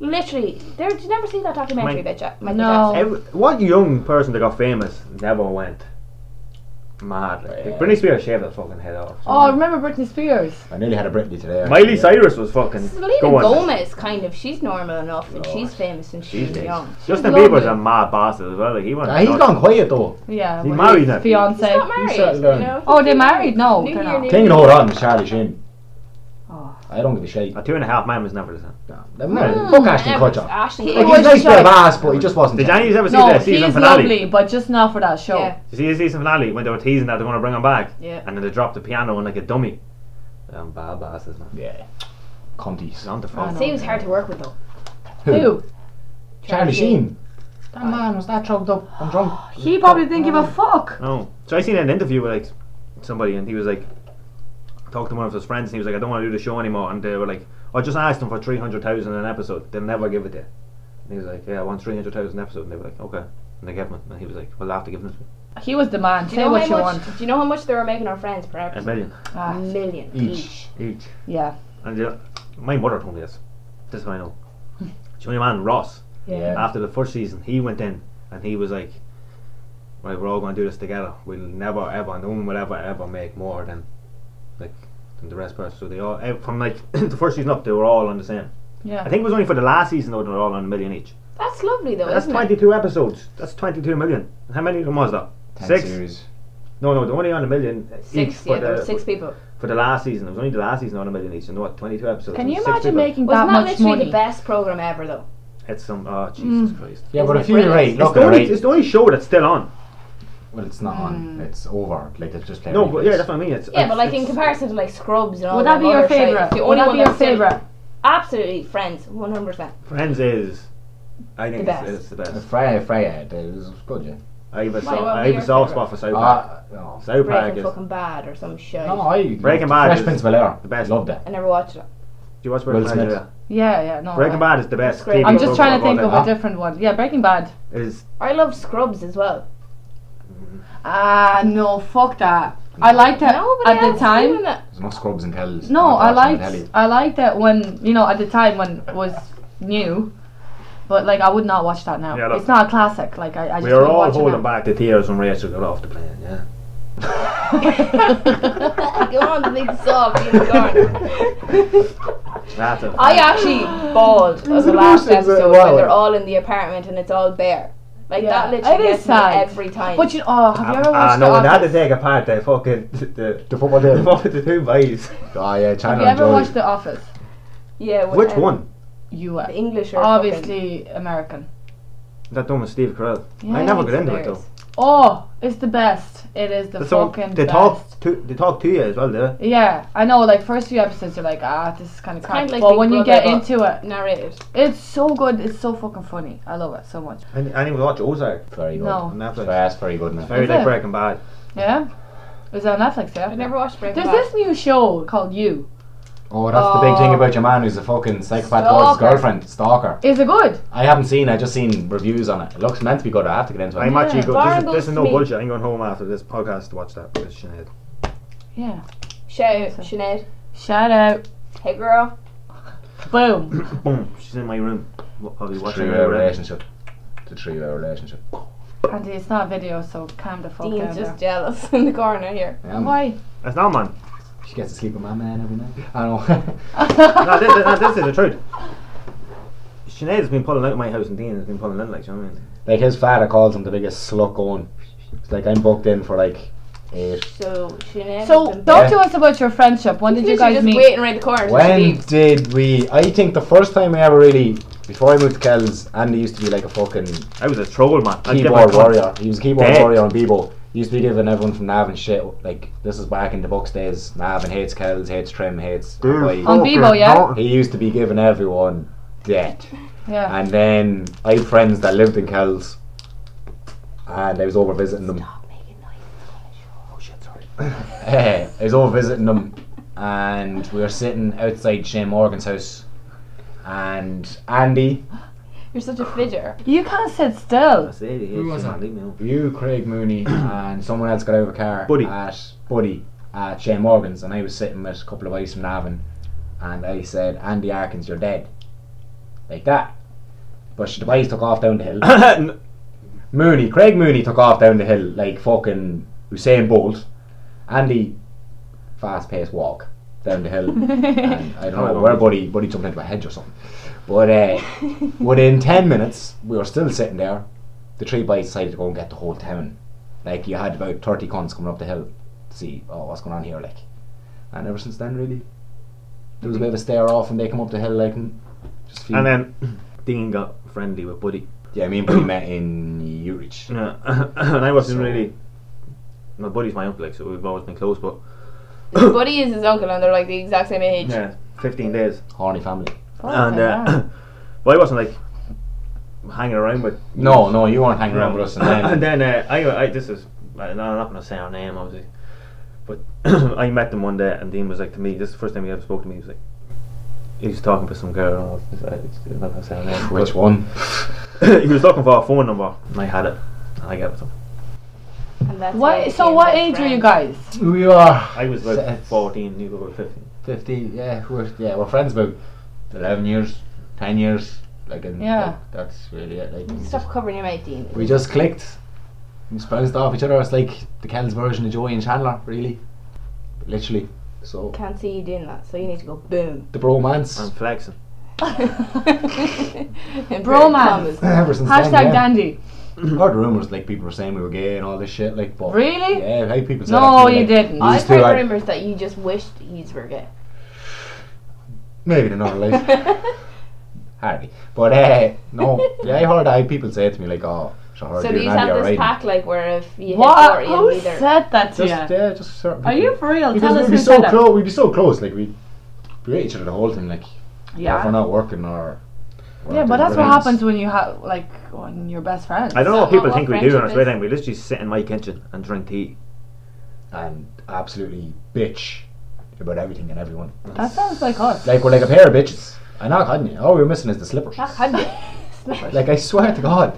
Literally, there. Did you never see that documentary My- about Jack, Michael No. Jackson? Every, what young person that got famous never went mad? Like, Yeah. Britney Spears shaved her fucking head off. Oh, remember Britney Spears? I nearly had a Britney today. Miley actually. Cyrus was fucking Selena going. Gomez, kind of, she's normal enough, and Lord. she's famous, and she's These days. young. Justin lovely. Bieber's a mad bastard as well. Like, he went. Ah, he's gone quiet though. Yeah. He with married his her. He's Fiance. not married. settled down. you know? Oh, they married? No, New they're year, not. new King of the you. Hold On is Charlie Sheen. Oh. I don't give a shit. A two and a half man was never the same. No, no, Mm, fuck Ashton Evans, Kutcher. Ashton He Like, was he's a nice shite. bit of ass, but he just wasn't. Did any ever see No, the season he's finale? lovely, but just not for that show. Yeah. You see the season finale when they were teasing that they're going to bring him back, Yeah. and then they dropped the piano on like a dummy. Um, bad bastards, man. Yeah. Contis. He's on the I phone. know. See, he was hard to work with though. Who? Charlie Charlie Sheen. That man was that choked up and drunk. He probably didn't give a fuck. Oh. No. So I seen an interview with like somebody and he was like talked to one of his friends and he was like, I don't want to do the show anymore and they were like, I just asked them for three hundred thousand an episode, they'll never give it to you. And he was like, Yeah, I want three hundred thousand episode and they were like, Okay and they gave him it and he was like, Well I have to give them to me. He was the man. Do Say you know what how you much? want. Do you know how much they were making our friends per A episode? million A Mm. Ah, million Each. each. each. yeah. And uh, my mother told me this. This I know. Do you know your man Ross? [sighs] Yeah. After the first season, he went in and he was like, "Right, we're all going to do this together. We'll never ever, no one will ever ever make more than like than the rest person." So they all ev- from like [clears throat] the first season up, they were all on the same. Yeah. I think it was only for the last season though they were all on a million each. That's lovely though, That's isn't twenty two episodes. That's twenty two million. How many of them was that? Ten Ah, Six. series. No, no, they're only on a million it? each Six, for yeah, there were the six people. for the last season. It was only the last season on a million each, and what twenty two episodes. Can It you was six imagine people. making that Wasn't that much literally money? the best program ever though? It's some. Oh Jesus Christ! Yeah, Isn't but it if you're right, brilliant? It's look the, at only, right. it's the only show that's still on. Well, it's not on. It's over. Like they've just played. No, replays. but yeah, that's what I mean. It's, Yeah, it's, but like in it's- comparison to like Scrubs and all Would that them be your other shows, favorite? it's The Would only that one be your that's still- favorite? Absolutely, Friends, one hundred percent. Friends is. I think The it's, best. it's the best. Freya, Freya, it was good, yeah. I have a, so, Why, what would I be have your a soft favourite? spot for South Park. Ah, no. South Park Breaking is. fucking bad or some shit. No, I Breaking Bad Fresh is Prince of Bel-Air, the best. Loved it. I never watched it. Do you watch Breaking Will Bad? Smith. Yeah, Yeah. yeah, no. Breaking Bad is the best. It's TV great. Oh, I'm program just trying to all think of time. a different one. Yeah, Breaking Bad. Is I love Scrubs as well. Ah, no, fuck that. I liked it Nobody at the else time. doing it. There's no scrubs and tells. No, I telly. liked I liked it when you know at the time when it was new, but like I would not watch that now. Yeah, look. it's not a classic. Like I, I just we are wouldn't all watch it holding now. back the tears when Rachel got off the plane. Yeah. [laughs] Go on, the big sob, [laughs] unicorn. That's Oh, a I actually [gasps] bawled at the last worst things episode that- when wow. they're all in the apartment and it's all bare. Like Yeah. that literally It is gets sad. me every time. But you oh, have you ever Ah, watched no, The when they had to Office? take apart the fucking the The football the, team. fucking the two boys. Oh yeah, Have you China and ever Joey. watched The Office? yeah, when, Which um, one? You The uh, English or obviously American. That one with Steve Carell. Yeah, I never got into it hilarious. though. Oh, it's the best. It is the That's all- fucking they best. talk to they talk to you as well, do they? Yeah, I know. Like first few episodes, you're like, ah, this is kind of crap. kinda like but Big when you Brother, get but- into it, narrated. it's so good. It's so fucking funny. I love it so much. I didn't I didn't even watch Ozark. Very good. No. On Netflix. That's very good now. Very Is like it? Breaking Bad. Yeah, it's on Netflix. Yeah, I never watched Breaking There's Bad. this new show called You. Oh, that's the big Oh. thing about your man who's a fucking psychopath towards his Stalker. girlfriend, stalker. Is it good? I haven't seen. I just seen reviews on it. It looks meant to be good. I have to get into it. I'm Yeah. actually Barn going. This, is- goes this is no to me. bullshit. I'm going home after this podcast to watch that because Sinead. Yeah. Shout out, Sinead. Shout out. Hey girl. [coughs] Boom. [clears throat] Boom! She's in my room. Wa- Probably It's a watching three-way her relationship. relationship. It's a three-way relationship. Andy, it's not a video, so calm the fuck down. Dean's just there. jealous [laughs] in the corner here. Yeah, man. Why? That's not man. She gets to sleep with my man every night. I know. [laughs] No, this, no, [laughs] this is the truth. Sinead's been pulling out of my house and Dean has been pulling in like. Do you know what I mean? like his father calls him the biggest slut going. It's like I'm booked in for like eight. So Sinead. So, has been- talk to us about your friendship. When did you guys Literally just meet? waiting around the corner till she When leaves. did we? I think the first time I ever really, before I moved to Kells, Andy used to be like a fucking I was a troll man. I'd give keyboard her- warrior. He was a keyboard Dead. warrior on Bebo. He used to be giving everyone from Nav and shit. Like this is back in the Bucks days. Nav and hates Kells, hates Trim, hates. Boy. On Bebo, yeah? He used to be giving everyone debt. Yeah. And then I had friends that lived in Kells, and I was over visiting them. Oh shit! Sorry. I [laughs] was over visiting them, and we were sitting outside Shane Morgan's house, and Andy, [coughs] You're such a fidger. You can't sit still. That's it. Who was man, it? leave me [laughs] alone. you, Craig Mooney, and someone else got out of a car Buddy. at Buddy at Shane Morgan's, and I was sitting with a couple of guys from Navan, and I said, Andy Arkins, you're dead, like that. But the boys took off down the hill. N- Mooney, Craig Mooney took off down the hill like fucking Usain Bolt. Andy, fast paced walk down the hill. and I don't know where Buddy, Buddy jumped into a hedge or something. But uh, within 10 minutes, we were still sitting there. The three boys decided to go and get the whole town. Like, you had about 30 cons coming up the hill to see, oh, what's going on here, like. And ever since then, really, there was a bit of a stare off when they come up the hill, like, and just a few. and then [clears throat] Dean got friendly with Buddy. [clears throat] yeah, me and Buddy met in Urich. Yeah, and I wasn't So- really. My buddy's my uncle, like, so we've always been close, but His buddy is his uncle and they're like the exact same [clears throat] age. yeah, fifteen days. Horny family. and uh, [coughs] well, I wasn't like hanging around with. No, no, [coughs] [laughs] you weren't hanging around with us. And then, and then uh, I, I, this is I'm not going to say her name, obviously. But [coughs] I met them one day, and Dean was like to me, "This is the first time he ever spoke to me." He was like, he was talking to some girl. I don't know if it's, it's not gonna say her name. Which but- one? [coughs] he was looking for a phone number, and I had it, and I gave it to him. And that's how What? So we became what best age were you friends. guys? [laughs] We are. I was about Six. fourteen, you were fifteen. 15, yeah, we're, yeah, we're friends about 11 years, 10 years. Like, and Yeah. like, that's really it. Like, we Stop just- covering your mouth, Dean. we just clicked. We just bounced off each other. It's like the Kells version of Joey and Chandler, really. Literally. So, Can't see you doing that, so you need to go [laughs] boom. the bromance. I'm flexing. And [laughs] Bromance. [laughs] Ever since Hashtag then, yeah. Dandy. I heard rumors like people were saying we were gay and all this shit. Like, but Really? Yeah, I had people say No, that to me, you like, didn't. "Yous I've two heard are- rumors that you just wished he's were gay. Maybe in [laughs] another life, hardly. But uh, no, yeah, I heard I people say to me like, "Oh, so heard so you do you and Andy have are this riding." pack like where if you hit What? forty Who and either said that to Just you? yeah, just certain. Are people. you for real? Because Tell us we'd who be so said it. close. We'd be so close. Like we, we hate each other the whole time. Like if we're Yeah. not working or. we're Yeah, but not doing that's what brilliant. happens when you have like when you're best friends. I don't know that what people what think we do friendship on a is? spare time. We literally sit in my kitchen and drink tea. And absolutely bitch about everything and everyone. That sounds like us. Like we're like a pair of bitches. I know, couldn't you? All we were missing is the slippers. Not hundred. [laughs] [laughs] Slippers. Like I swear to God.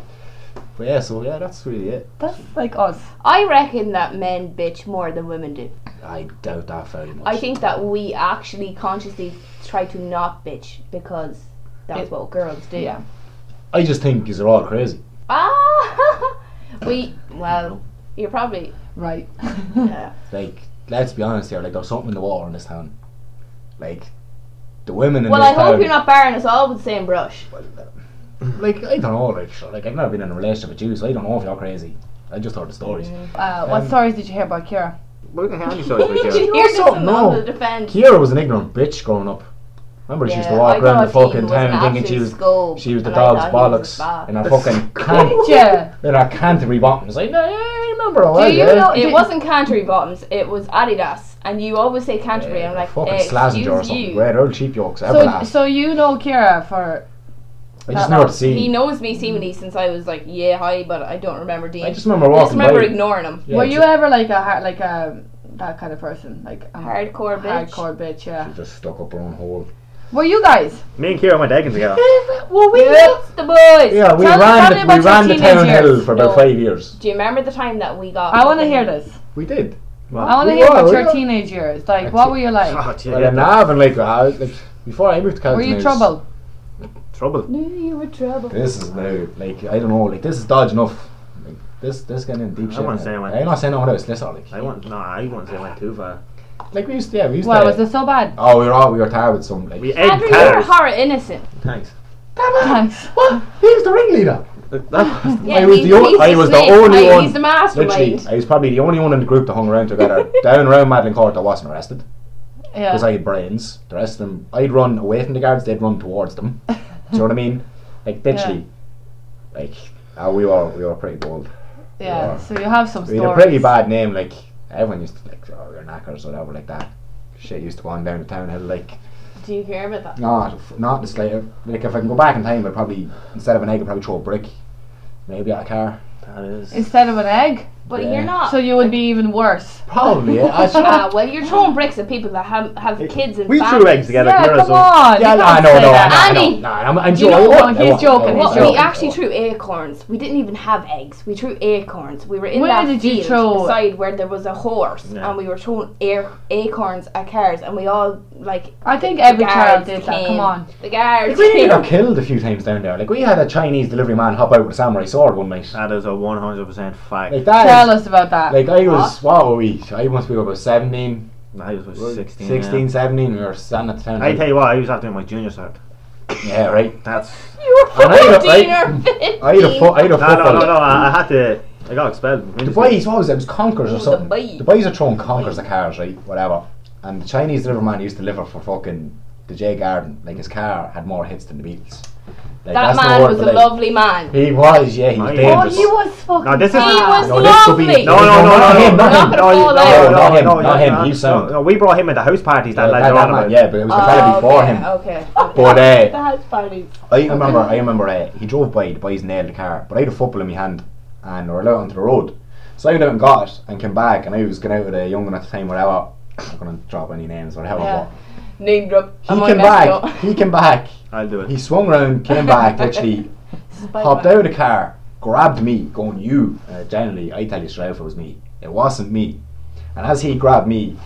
But yeah, so yeah, that's really it. That's like us. I reckon that men bitch more than women do. I doubt that very much. I think that we actually consciously try to not bitch because that's It- what girls do. Yeah. I just think these are all crazy. [laughs] Ah, we well, you're probably [laughs] uh, Right. [laughs] yeah. Like, let's be honest here. Like, there's something in the water in this town. Like, the women in Well, I this hope town. you're not barring us all with the same brush. Like, I don't know. Like, sure, like I've never been in a relationship with you, so I don't know if you're crazy. I just heard the stories. Uh, what Um, stories did you hear about Kira? We're gonna [laughs] have stories [laughs] like You're that. just also in know- the defend. Kira was an ignorant bitch growing up. Remember, she used to Yeah, walk I around the thought he fucking was an town thinking she absolute was scope, she was the and I dog's thought he was bollocks bad. [laughs] in her fucking cunt, Yeah. in her Canterbury bottoms. Like, no, yeah, I remember all Do that. you yeah. know- It Did- wasn't Canterbury bottoms. It was Adidas, and you always say Canterbury. I'm like, Eh, fucking excuse Slazenger or something. you. Right, old cheap yokes. So, everlast. so you know Kira for I just that never long. seen. He knows me seemingly since I was like, yeah, hi, but I don't remember Dean. I just remember I just walking remember by. ignoring him. Yeah, were it's you a- ever like a har- like a that kind of person like a Hardcore bitch. hardcore bitch yeah Just stuck up her own hole. were you guys Me and Kira went egging [laughs] together. well, we Yeah. lost the boys. Yeah, we Tell us- tell ran me the, about we your ran the teenage town years. hill for about No. five years. Do you remember the time that we got? I want to hear this We did. Oh, I want to We hear were, about we your were. teenage years like That's what it. were you like [laughs] Oh, gee, Well, yeah, and Nav and like, I, like before I moved to Calgary. were you trouble trouble. Knew you were trouble. This is now like I don't know. Like this is dodge enough. Like this, this getting in deep I shit. wouldn't now. say I went- I'm not saying I went out with Slicer. Like, I won't. No, I won't say I went too far. like we used to. Yeah, we used well to. was it so bad oh, we were all we were tired with some. Like, We egged Andrew, you were cars. horror innocent. Thanks. thanks what? He was the ringleader. [laughs] That- Yeah, was he's, the o- he's I was the snake. only I- one- He's the mastermind. Literally, I was probably the only one in the group that hung around together [laughs] down around Madeline Court that wasn't arrested yeah because I had brains. The rest of them, I'd run away from the guards. They'd run towards them. Do you know what I mean? Like literally, like uh, we were we were pretty bold. yeah Yeah. so you have some We stories had a pretty bad name, like everyone used to like oh you're knackers or whatever like that. Shit used to go on down the town hill like Do you care about that? not not just like like if I can go back in time I'd probably instead of an egg I'd probably throw a brick. Maybe at a car. that is. instead of an egg But Yeah. you're not. so you would be even worse [laughs] Probably yeah. I should- Ah, well, you're throwing bricks at people that have, have kids and We families. threw eggs together. yeah Kira, come so- on yeah, you no, can't no, say no, that. no, Andy, no, I'm, I'm you joking. know I what? won't, I He's won't, I joking, won't, he's I Well, we won't. actually threw acorns. We didn't even have eggs. We threw acorns. We were in Where that did you field throw- beside where there was a horse, Yeah. and we were throwing air, acorns at cars, and we all like. I think every the child guards did that came. come on The guards. Like, we came. got killed a few times down there. Like we had a Chinese delivery man hop out with a samurai sword one night. That is a one hundred percent fact. Like that is- tell us about that like I was what were we? I must be about seventeen. I was about sixteen. 16, yeah. 17, we were standing at the town. I tell you what, I was after my junior cert. yeah, right. That's You were And I had a- 14 I- or 15. I had a fo- I had a no, no, football. no, no. I, I had to. I got expelled. from The winter boys, what was it? It was conkers Oh, or the something. boys. The boys are throwing conkers at cars, right? Whatever. And the Chinese delivery man used to deliver for fucking the J Garden. Like his car had more hits than the Beatles. Like, That that's no man word was for a like- lovely man. He was, yeah, he was Oh, yeah. oh dangerous. he was fucking No, this is- bad. He was No, this could be- lovely. No, no, No, no, no, not no, him, no, not him. no, Not no, him, no, not him, no, not him, no, he no, sound. no, we brought him into house parties yeah, that lads that- are that on man, about. yeah, but it was the fella Oh, before okay, him. Okay. But uh, That's funny. I remember, I remember, uh, he drove by. The boys nailed the car, but I had a football in my hand, and we were out onto the road. So I went out and got it and came back, and I was going out with a young one at the time, whatever. [coughs] I'm going to drop any names, whatever. Yeah. Name drop. But I'm he on came Mexico. back. He came back. I'll do it. He swung round, came back, literally Spike hopped one. out of the car, grabbed me, going, You. Uh, generally, I tell you straight if it was me. It wasn't me. And as he grabbed me,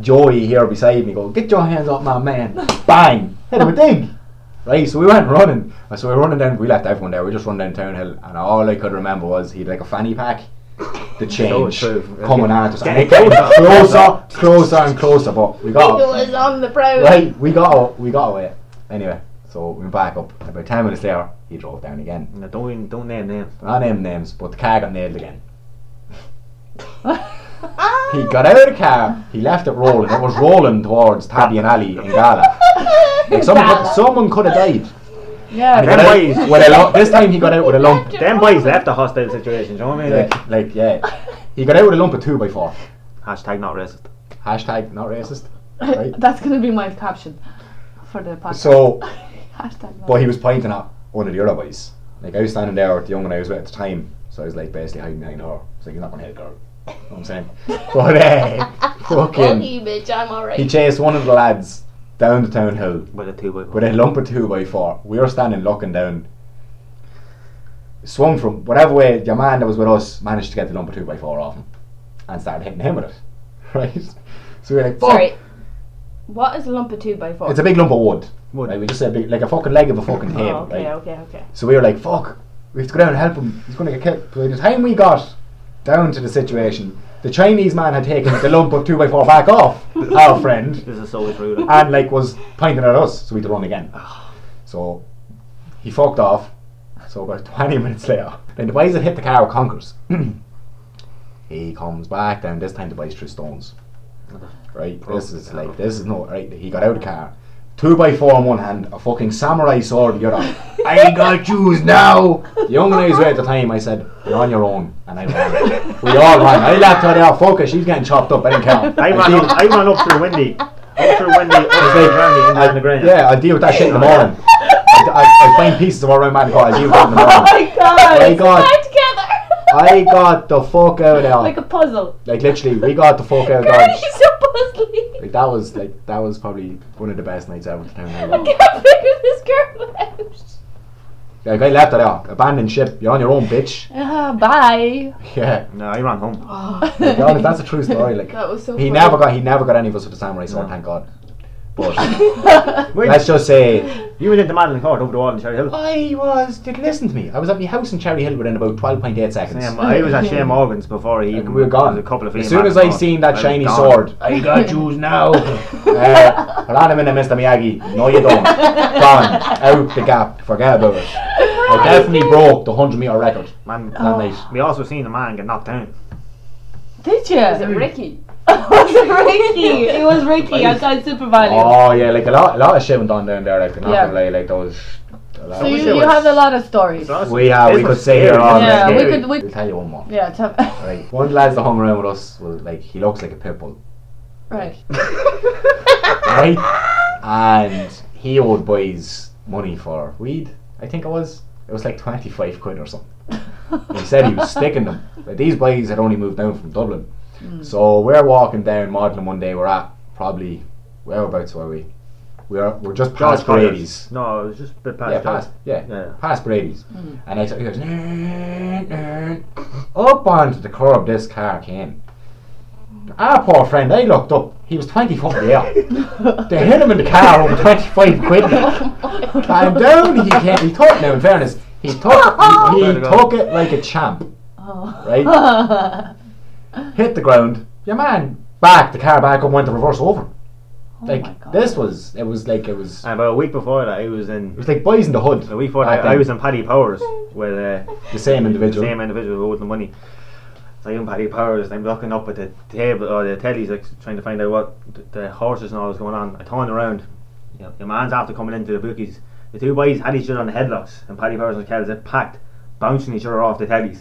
Joey here beside me go, Get your hands off my man. Bang! Hit him a dig. Right, so we went running. Uh, So we were running down, we left everyone there, we just run down Townhill, and all I could remember was he'd like a fanny pack. [laughs] The change true. coming at us, and it Get came closer. closer, closer, and closer. But we got It was on the prowl. Oh. right, we got we got away. Anyway, so we went back up. About ten minutes later, he drove down again. No, don't even- don't name [laughs] names. I named names, but the car got nailed again. Ah. He got out of the car. He left it rolling. It was rolling towards Tabby and Alley in Gala. Like someone, could, someone could have died. And he Yeah. got Them out boys. with a lump- this time he got out with a lump. Them boys left the hostile situation. Do you know what I mean? Yeah, Like, like yeah, he got out with a lump of two by four. hashtag not racist. Hashtag not racist. Right. [laughs] That's gonna be my caption for the podcast. So Hashtag not- But he was pointing at one of the other boys. Like I was standing there with the young one I was with at the time, so I was like basically hiding behind her. So you're not gonna hit a girl. [laughs] You know what I'm saying? But [laughs] uh, fucking Lucky bitch, I'm alright. he chased one of the lads down the townhill With a two by four. with a lump of two by four. We were standing looking down. Swung from whatever way your man that was with us managed to get the lump of two by four off him and started hitting him with it. [laughs] Right? So we were like, fuck Sorry. What is a lump of two by four? it's a big lump of wood. Wood. Right? We just said big, like a fucking leg of a fucking oh, table, okay, right? okay, okay. So we were like, fuck, we have to go down and help him. He's going to get killed. By the time we got down to the situation, the Chinese man had taken the lump of 2x4 back off our friend This is so true. [laughs] like. and like was pointing at us, so we had to run again. So he fucked off. So about [laughs] 20 minutes later, then the boys that hit the car with conkers. [clears throat] he comes back down, this time the boys threw stones. Right, this is like, this is no, right, he got out of the car. Two by four in one hand, a fucking samurai sword in the other. I got shoes now. The young one I was with at the time, I said, "You're on your own," and I ran. we all ran. I left her there. Focus, she's getting chopped up. I didn't count. I ran up, I ran up through Wendy. Up through Wendy, up through Randy, and down the ground. Yeah, I deal with that shit in the morning. I, I, I find pieces of our own man car. I deal with it in the morning. Oh my god! I got, together. Oh I got the fuck out of Like a [laughs] puzzle. like literally, we got the fuck [laughs] out of Girl, Dodge. he's so puzzly. Like that was like that was probably one of the best [laughs] nights I ever to [laughs] I town. can't figure this girl out. Like I left it out. Abandoned ship. You're on your own, bitch. Uh, bye. Yeah. No, I ran home. To be honest, that's a true story. Like Oh. That was so [laughs] he funny. never [laughs] got he never got any of us with the samurai sword. No. Thank God. [laughs] But let's just say You went into Madeline Court over the wall in Cherry Hill. I was. Did listen to me. I was at my house in Cherry Hill within about twelve point eight seconds. Sam, I was at Shea Morgan's before he Like, even we were gone. A couple of as female soon as I Madeline Court, seen that was shiny gone. sword, I got Jews now. [laughs] uh, a lot of men are Mr. Miyagi. No, you don't. Gone out the gap. Forget about it. I definitely broke the hundred meter record Man, Oh. that night. we also seen a man get knocked down. [laughs] Did you? [laughs] Is it Ricky? was it Ricky? It [laughs] was Ricky outside Super Value. Oh yeah, like a lot, a lot of shit went on down there. Like not Yeah. gonna lie, like those. a lot so of- wish you, it you was- have a lot of stories. We have. We This could was say here scary. all Yeah, night. we could- we- I'll tell you one more. Yeah, tell [laughs] Right. One of the lads that hung around with us was like he looks like a pit bull, right. right? and he owed boys money for weed. I think it was. It was like twenty five quid or something. He said he [laughs] was [laughs] sticking them. But these boys had only moved down from Dublin, so we're walking down Magdalen one day. We're at probably whereabouts were we? We are. We're just past Collars. Brady's. No, it was just a bit past. Yeah, Collars. past, yeah, Yeah. past Brady's. And I, he goes, "Nerd, nerd." up onto the curb this car came. Our poor friend, I looked up, he was 20 foot in the air. they hit him in the car over 25 quid. and down he came, he took, now in fairness, he took, he, he Better go. took it like a champ, right? [laughs] Hit the ground, your man, back, the car back up, went to reverse over. Like, Oh my God. this was, it was like, it was, And about a week before that, I was it in. was like boys in the hood. A week before back that, I then. was in Paddy Powers with uh, the same the individual. same individual who owed the money. So I'm in Paddy Powers, and I'm looking up at the table or the tellies, like trying to find out what th- the horses and all was going on. I turned around. You know, your man's after coming into the bookies. The two boys had each other on the headlocks, and Paddy Powers and Kells had packed, bouncing each other off the tellies.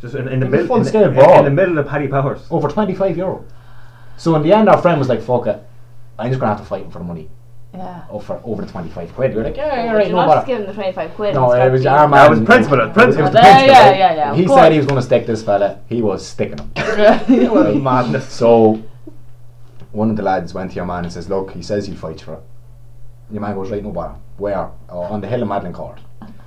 Just in, in the Like a middle, full in, the- scale in- brawl. in the middle of Paddy Powers. Oh. over 25 euro. So in the end, our friend was like, fuck it, I'm just gonna have to fight him for the money. [laughs] Yeah. oh, for over the 25 quid. We were like, yeah, Would yeah, you right, no not bother. just give him the 25 quid. No, and it start was being- our man. That was principal, It was principal. the Yeah, principal. yeah, yeah, yeah, of He course. said he was going to stick this fella. He was sticking him. Yeah. [laughs] Well, madness. So one of the lads went to your man and says, Look, he says he'll fight for it. Your man goes, Right, no bother. Where? Oh, on the hill of Madeline Court.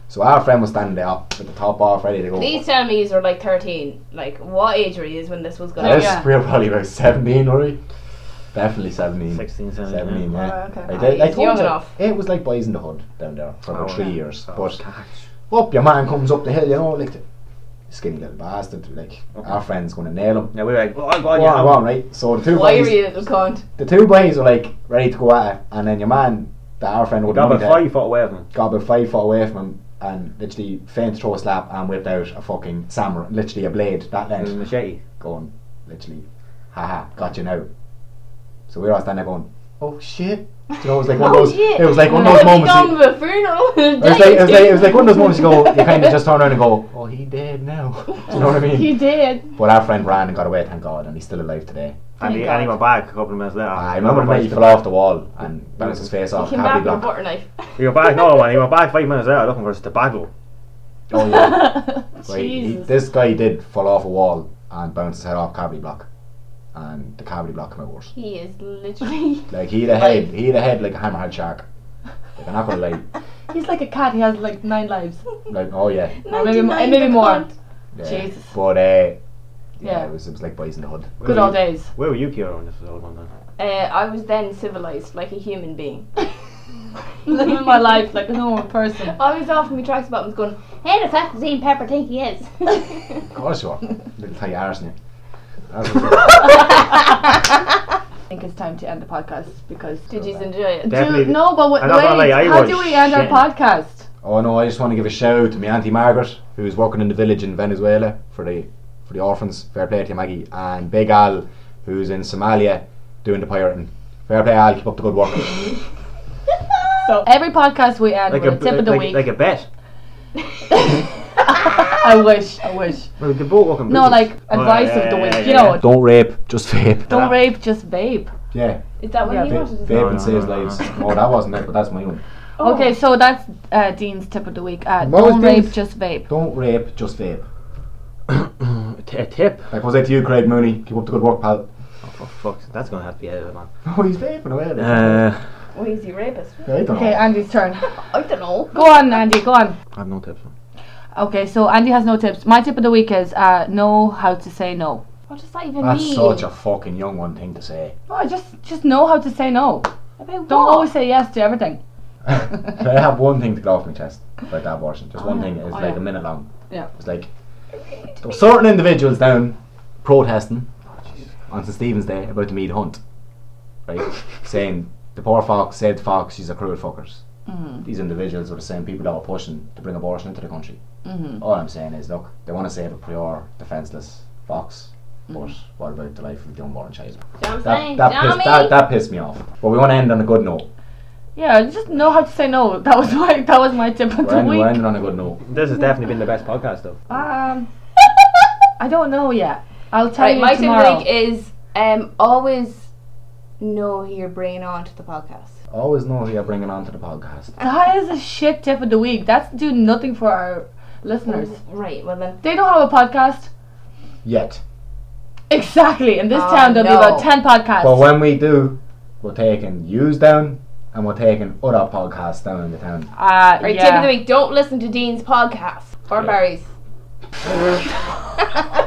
So our friend was standing there with the top off, ready to go. Please tell me you were like 13. Like, what age were you when this was going Yes, on? Yeah. we were probably about 17, were we? Definitely 17. 16, 17, 17, yeah. Oh, okay. I did- I He's told young you, enough. It was like boys in the hood down there for about Oh, three yeah. years. Oh, But catch. up your man comes up the hill, you know, like the skinny little bastard. Like Okay. our friend's gonna nail him. Yeah, we were like, oh, go on, Go yeah, on, I'm- go on, right? So the two Why boys, were you a little cunt? the two boys were like ready to go at it, and then your man, the our friend, We would got money about that, five foot away from him. got about five foot away from him, and literally feigned to throw a slap and whipped out a fucking samurai, literally a blade that It was a length, machete. going literally, haha, got you now. So we were all standing there going, oh shit. Do You know, it was [laughs] like one of Oh, those. shit. It was like one of What those have you moments. you- done with a [laughs] funeral? It was, like, it, was like, it was like one of those moments you go, you kind of just turn around and go, [laughs] oh, he dead now. [laughs] Do you know what I He mean? did. But our friend ran and got away, thank God, and he's still alive today. And Thank he, and he God. went back a couple of minutes later. Ah, I remember when he fell off the wall and bounced his face off Came back cavity with a block. butter knife. He went back, [laughs] no, man, he went back five minutes later looking for his tobacco. Oh, yeah. Right, he, Jesus. this guy did fall off a wall and bounce his head off cavity block. And the cavity block came out worse. He is literally. Like, he had a head, he had a head like a hammerhead shark. Like, I'm not gonna [laughs] lie. He's like a cat. He has like nine lives. Like, oh yeah. Or Uh, maybe, 99 maybe the more. cunt. yeah. Jesus. But, uh, yeah, Yeah. It, was, it was like boys in the hood. Where Good were old you- days. Where were you, Kira, when this was all going on? Uh, I was then civilized like a human [laughs] being. [laughs] Living my life like a normal person. I was off in my tracks about and was going, hey, that's that Zane Pepper think [laughs] he is. Of course you are. Little tight arse in you. That's what I think it's time to end the podcast because. Did you enjoy it? Definitely. Do, no, but what, I'm not gonna wait. lie, I how was do we end shitting. our podcast? Oh no, I just want to give a shout out to my auntie Margaret, who's working in the village in Venezuela for the for the orphans. Fair play to you, Maggie, and Big Al, who's in Somalia doing the pirating. Fair play, Al. Keep up the good [laughs] work. [laughs] So every podcast we end with a, tip of the like, week. like a [laughs] bet. [laughs] I wish. I wish. Well, the boat walking No, boots. like Oh, advice yeah, of the yeah, week. yeah, you yeah, know, yeah. Don't rape, just vape. don't Yeah. rape, just vape. Yeah, Is that what Yeah, he but- wanted to vape say? No, no, and saves no, no. lives. No, that wasn't it, but that's my one. Oh. Okay, so that's uh, Dean's tip of the week. Uh, What was don't rape, Dean's? just vape. Don't rape, just vape. A t- a tip. That goes out to you, Craig Mooney. Keep up the good work, pal. [laughs] Oh, fuck, that's going to have to be edited, man. Oh, he's vaping away. there. Uh, Oh, he's a rapist. Yeah, I don't Okay, know. Andy's turn. [laughs] I don't know. Go on, Andy. Go on. I have no tips. Okay, so Andy has no tips. My tip of the week is uh, know how to say no. What does that even That's mean? such a fucking young one thing to say. [laughs] Oh, just just know how to say no. About what? Don't always say yes to everything. But I have one thing to get off my chest about that abortion. Just one Oh, thing. It's oh, like yeah. a minute long. Yeah. It's like there were certain individuals down protesting on St Stephen's Day about the Mead Hunt, right? [laughs] saying the poor fox said fox, she's a cruel fuckers. Mhm. These individuals are the same people that were pushing to bring abortion into the country. Mhm. All I'm saying is, look, they want to save a prior defenceless fox. But what about the life of the unborn child? You know what I'm That, saying? that, You know pissed, what I that, mean? that pissed me off. But we want to end on a good note. Yeah, just know how to say no. [laughs] That was my that was my tip of We're the ending, we're week. ending on a good note. This has definitely been the best podcast, though. Um, I don't know yet. I'll tell Right, you my tip tomorrow. of the week is um, always know who you're bringing on to the podcast. Always know who you're bringing on to the podcast. That is a shit tip of the week. That's do nothing for our listeners. Mm, Right, well then. They don't have a podcast. Yet. Exactly. In this Oh, town, there'll be about no. 10 podcasts. But when we do, we're taking yous down and we're taking other podcasts down in the town. uh, Right, yeah. tip of the week don't listen to Dean's podcast or Barry's. [laughs]